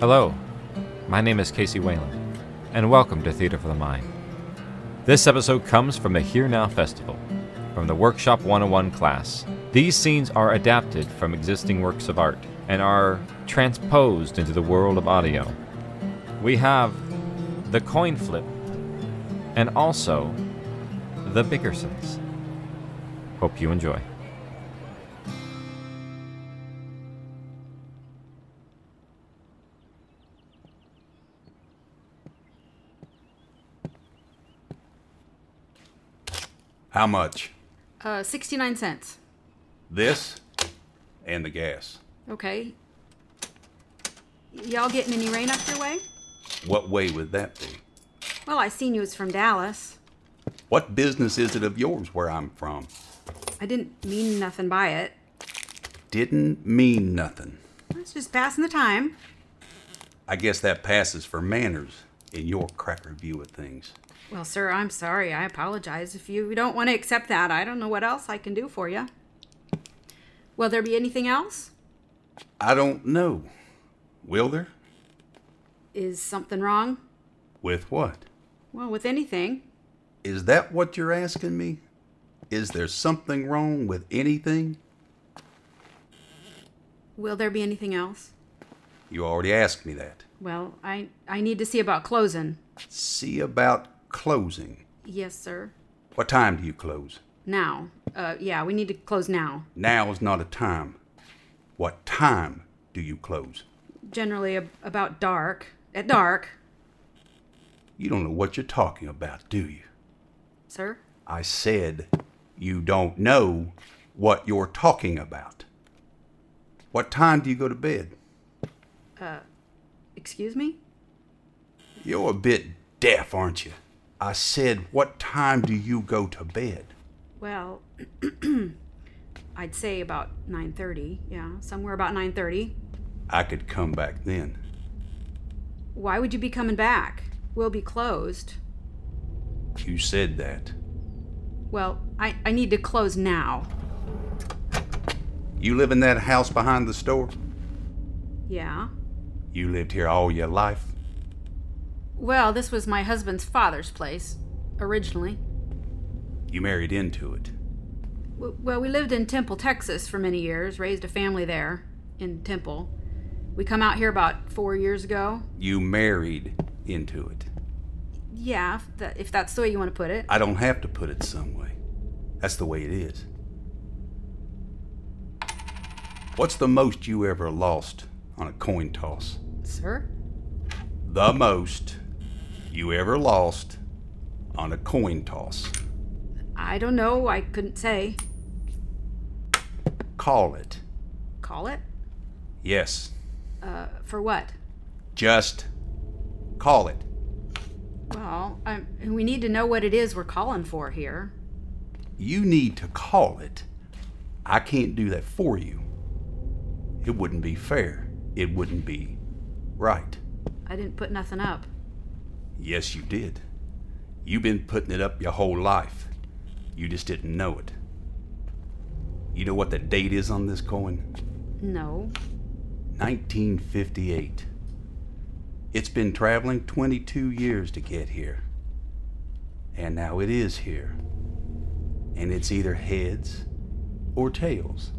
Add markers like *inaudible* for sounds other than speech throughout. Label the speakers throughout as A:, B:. A: Hello, my name is Casey Whalen, and welcome to Theater for the Mind. This episode comes from the Here Now Festival, from the Workshop 101 class. These scenes are adapted from existing works of art and are transposed into the world of audio. We have the coin flip and also the Bickersons. Hope you enjoy.
B: How much?
C: Uh, 69 cents.
B: This and the gas.
C: Okay. Y'all getting any rain up your way?
B: What way would that be?
C: Well, I seen you was from Dallas.
B: What business is it of yours where I'm from?
C: I didn't mean nothing by it.
B: Didn't mean nothing.
C: I was just passing the time.
B: I guess that passes for manners in your cracker view of things.
C: Well, sir, I'm sorry. I apologize. If you don't want to accept that, I don't know what else I can do for you. Will there be anything else?
B: I don't know. Will there?
C: Is something wrong?
B: With what?
C: Well, with anything.
B: Is that what you're asking me? Is there something wrong with anything?
C: Will there be anything else?
B: You already asked me that.
C: Well, I I need to see about closing.
B: See about closing.
C: Yes, sir.
B: What time do you close?
C: Now. Uh, yeah, we need to close now.
B: Now is not a time. What time do you close?
C: Generally ab- about dark. At dark,
B: You don't know what you're talking about, do you?
C: sir.
B: I said you don't know what you're talking about. What time do you go to bed?
C: uh, Excuse me?
B: You're a bit deaf, aren't you? I said, what time do you go to bed?
C: Well, *clears throat* I'd say about 9:30. Yeah, somewhere about 9:30.
B: I could come back then.
C: Why would you be coming back? We'll be closed.
B: You said that.
C: Well, I I need to close now.
B: You live in that house behind the store?
C: Yeah.
B: You lived here all your life?
C: Well, this was my husband's father's place originally.
B: You married into it.
C: W- Well, we lived in Temple, Texas for many years, raised a family there in Temple. We come out here about 4 years ago.
B: You married into it.
C: Yeah, if, that, if that's the way you want to put it.
B: I don't have to put it some way. That's the way it is. What's the most you ever lost on a coin toss?
C: Sir?
B: The most you ever lost on a coin toss.
C: I don't know. I couldn't say.
B: Call it.
C: Call it?
B: Yes.
C: Uh, for what?
B: Just call it.
C: Well, i we need to know what it is we're calling for here.
B: You need to call it. I can't do that for you. It wouldn't be fair. It wouldn't be right.
C: I didn't put nothing up.
B: Yes, you did. You've been putting it up your whole life. You just didn't know it. You know what the date is on this coin?
C: No.
B: 1958. It's been traveling 22 years to get here. And now it is here. And it's either heads or tails.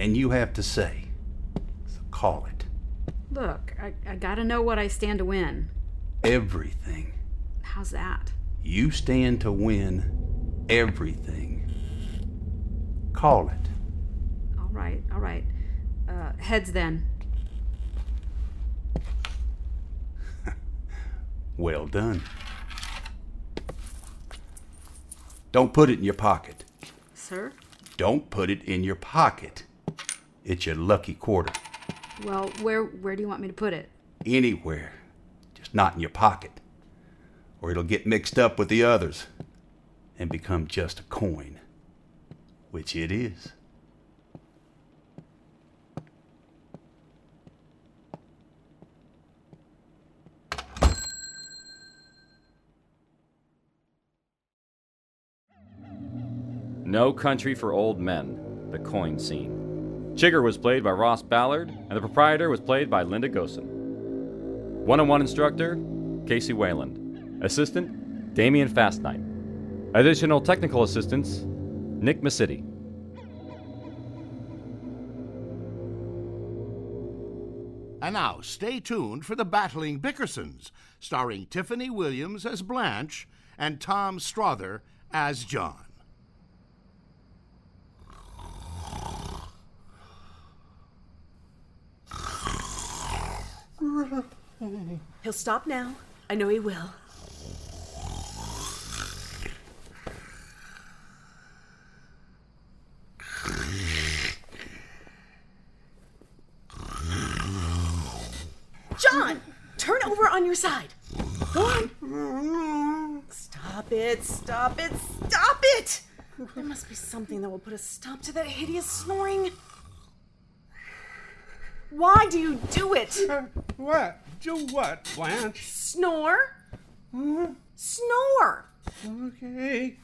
B: And you have to say, so call it,
C: Look, I, I gotta know what I stand to win.
B: everything.
C: How's that?
B: You stand to win everything. Call it.
C: All right, all right. Uh, heads then.
B: Well done. Don't put it in your pocket.
C: Sir?
B: Don't put it in your pocket. It's your lucky quarter.
C: Well, where where do you want me to put it?
B: Anywhere. Just not in your pocket. Or it'll get mixed up with the others and become just a coin, which it is.
D: No Country for Old Men, the coin scene.
A: Chigger was played by Ross Ballard, and the proprietor was played by Linda Gosen. One on one instructor, Casey Wayland. Assistant, Damian Fastnight. Additional technical assistance, Nick Massidi.
D: And now, stay tuned for The Battling Bickersons, starring Tiffany Williams as Blanche and Tom Strother as John.
E: He'll stop now. I know he will. John, turn over on your side. Go on. Stop it, stop it, stop it! There must be something that will put a stop to that hideous snoring. Why do you do it?
F: What? Do what, Blanche?
E: Snore? Snore!
F: Okay.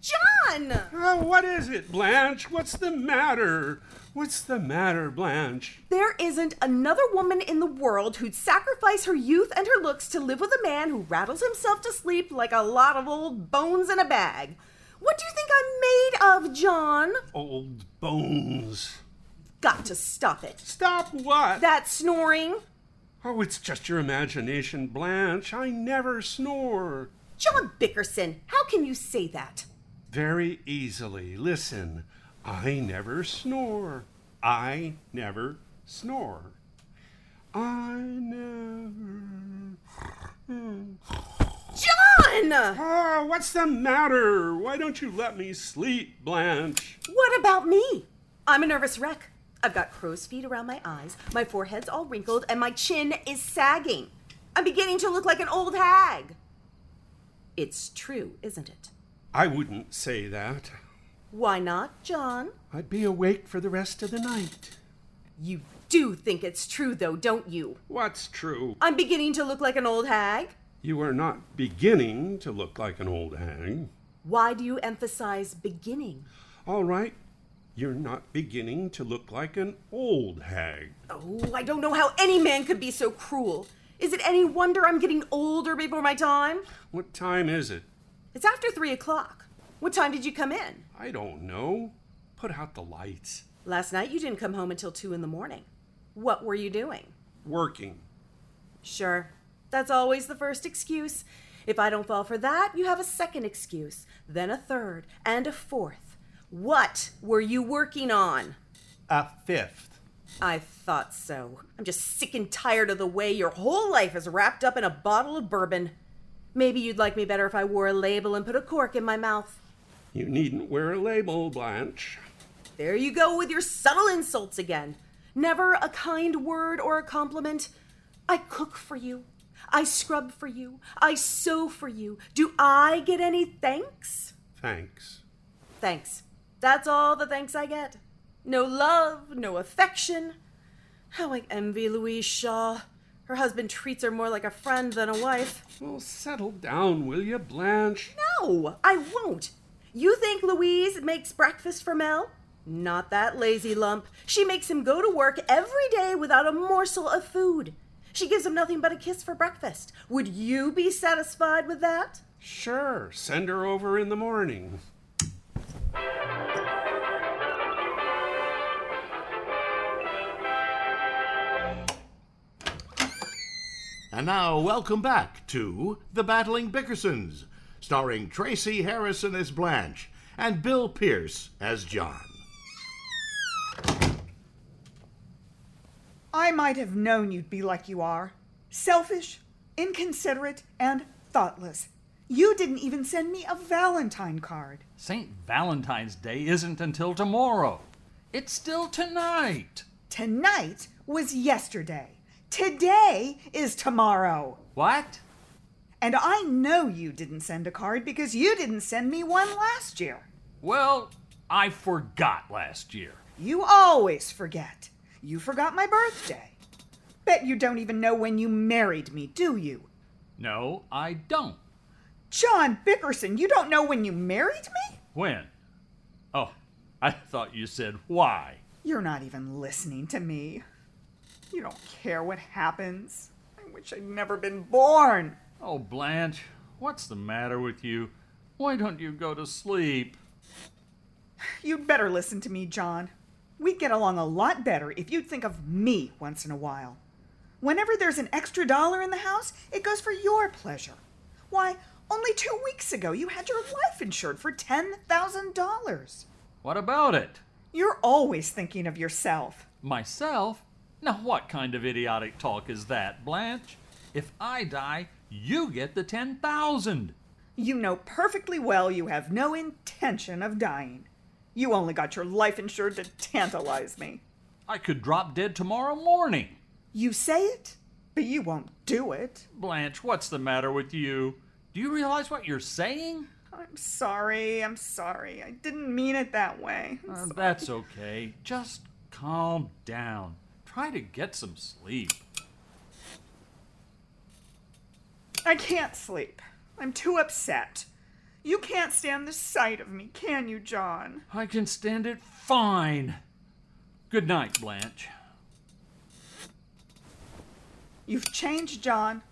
E: John!
F: Uh, what is it, Blanche? What's the matter? What's the matter, Blanche?
E: There isn't another woman in the world who'd sacrifice her youth and her looks to live with a man who rattles himself to sleep like a lot of old bones in a bag. What do you think I'm made of, John?
F: Old bones.
E: Got to stop it.
F: Stop what?
E: That snoring.
F: Oh, it's just your imagination, Blanche. I never snore.
E: John Bickerson, how can you say that?
F: Very easily. Listen, I never snore. I never snore. I never.
E: John!
F: Ah, what's the matter? Why don't you let me sleep, Blanche?
E: What about me? I'm a nervous wreck. I've got crow's feet around my eyes, my forehead's all wrinkled, and my chin is sagging. I'm beginning to look like an old hag. It's true, isn't it?
F: I wouldn't say that.
E: Why not, John?
F: I'd be awake for the rest of the night.
E: You do think it's true, though, don't you?
F: What's true?
E: I'm beginning to look like an old hag.
F: You are not beginning to look like an old hag.
E: Why do you emphasize beginning?
F: All right, you're not beginning to look like an old hag.
E: Oh, I don't know how any man could be so cruel. Is it any wonder I'm getting older before my time?
F: What time is it?
E: It's after three o'clock. What time did you come in?
F: I don't know. Put out the lights.
E: Last night you didn't come home until two in the morning. What were you doing?
F: Working.
E: Sure, that's always the first excuse. If I don't fall for that, you have a second excuse, then a third, and a fourth. What were you working on?
G: A fifth.
E: I thought so. I'm just sick and tired of the way your whole life is wrapped up in a bottle of bourbon. Maybe you'd like me better if I wore a label and put a cork in my mouth.
F: You needn't wear a label, Blanche.
E: There you go with your subtle insults again. Never a kind word or a compliment. I cook for you. I scrub for you. I sew for you. Do I get any thanks?
F: Thanks.
E: Thanks. That's all the thanks I get. No love, no affection. How I envy Louise Shaw. Her husband treats her more like a friend than a wife.
F: Well, settle down, will you, Blanche?
E: No, I won't. You think Louise makes breakfast for Mel? Not that lazy lump. She makes him go to work every day without a morsel of food. She gives him nothing but a kiss for breakfast. Would you be satisfied with that?
F: Sure, send her over in the morning.
D: And now, welcome back to The Battling Bickersons, starring Tracy Harrison as Blanche and Bill Pierce as John.
H: I might have known you'd be like you are selfish, inconsiderate, and thoughtless. You didn't even send me a Valentine card.
I: St. Valentine's Day isn't until tomorrow. It's still tonight.
H: Tonight was yesterday. Today is tomorrow.
I: What?
H: And I know you didn't send a card because you didn't send me one last year.
I: Well, I forgot last year.
H: You always forget. You forgot my birthday. Bet you don't even know when you married me, do you?
I: No, I don't.
H: John Bickerson, you don't know when you married me?
I: When? Oh, I thought you said why.
H: You're not even listening to me. You don't care what happens. I wish I'd never been born.
I: Oh, Blanche, what's the matter with you? Why don't you go to sleep?
H: You'd better listen to me, John. We'd get along a lot better if you'd think of me once in a while. Whenever there's an extra dollar in the house, it goes for your pleasure. Why, only two weeks ago you had your life insured for $10,000.
I: What about it?
H: You're always thinking of yourself.
I: Myself? Now, what kind of idiotic talk is that, Blanche? If I die, you get the 10,000.
H: You know perfectly well you have no intention of dying. You only got your life insured to tantalize me.
I: I could drop dead tomorrow morning.
H: You say it, but you won't do it.
I: Blanche, what's the matter with you? Do you realize what you're saying?
H: I'm sorry, I'm sorry. I didn't mean it that way. I'm
I: Uh,
H: sorry.
I: that's okay. Just calm down. Try to get some sleep.
H: I can't sleep. I'm too upset. You can't stand the sight of me, can you, John?
I: I can stand it fine. Good night, Blanche.
H: You've changed, John.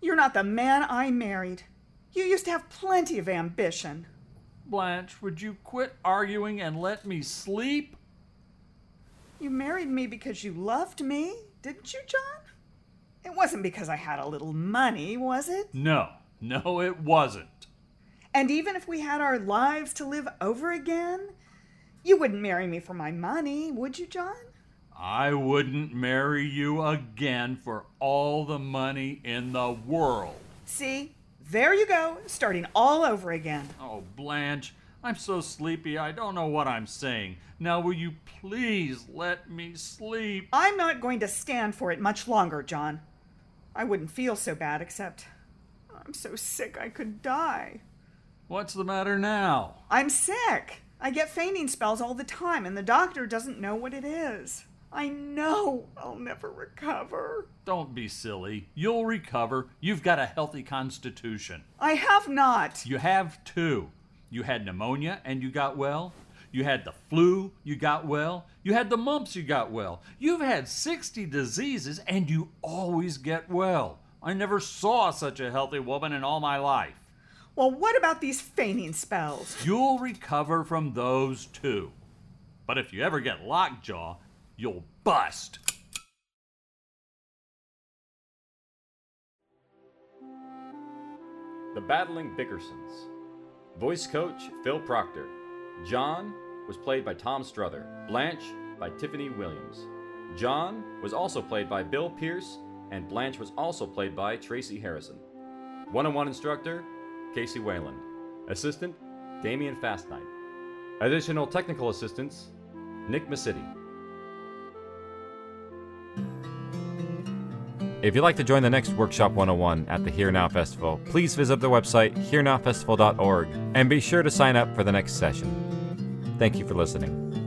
H: You're not the man I married. You used to have plenty of ambition.
I: Blanche, would you quit arguing and let me sleep?
H: You married me because you loved me, didn't you, John? It wasn't because I had a little money, was it?
I: No, no, it wasn't.
H: And even if we had our lives to live over again, you wouldn't marry me for my money, would you, John?
I: I wouldn't marry you again for all the money in the world.
H: See, there you go, starting all over again.
I: Oh, Blanche, I'm so sleepy, I don't know what I'm saying. Now, will you please let me sleep?
H: I'm not going to stand for it much longer, John. I wouldn't feel so bad, except I'm so sick I could die.
I: What's the matter now?
H: I'm sick. I get fainting spells all the time, and the doctor doesn't know what it is. I know I'll never recover.
I: Don't be silly. You'll recover. You've got a healthy constitution.
H: I have not.
I: You have two. You had pneumonia and you got well. You had the flu, you got well. You had the mumps, you got well. You've had 60 diseases and you always get well. I never saw such a healthy woman in all my life.
H: Well, what about these fainting spells?
I: You'll recover from those too. But if you ever get lockjaw, you'll bust.
A: The Battling Bickersons. Voice coach Phil Proctor. John was played by Tom Struther. Blanche by Tiffany Williams. John was also played by Bill Pierce, and Blanche was also played by Tracy Harrison. One on one instructor Casey Whalen. Assistant Damian Fastnight. Additional technical assistance Nick Massidi. If you'd like to join the next Workshop 101 at the Here Now Festival, please visit the website herenowfestival.org and be sure to sign up for the next session. Thank you for listening.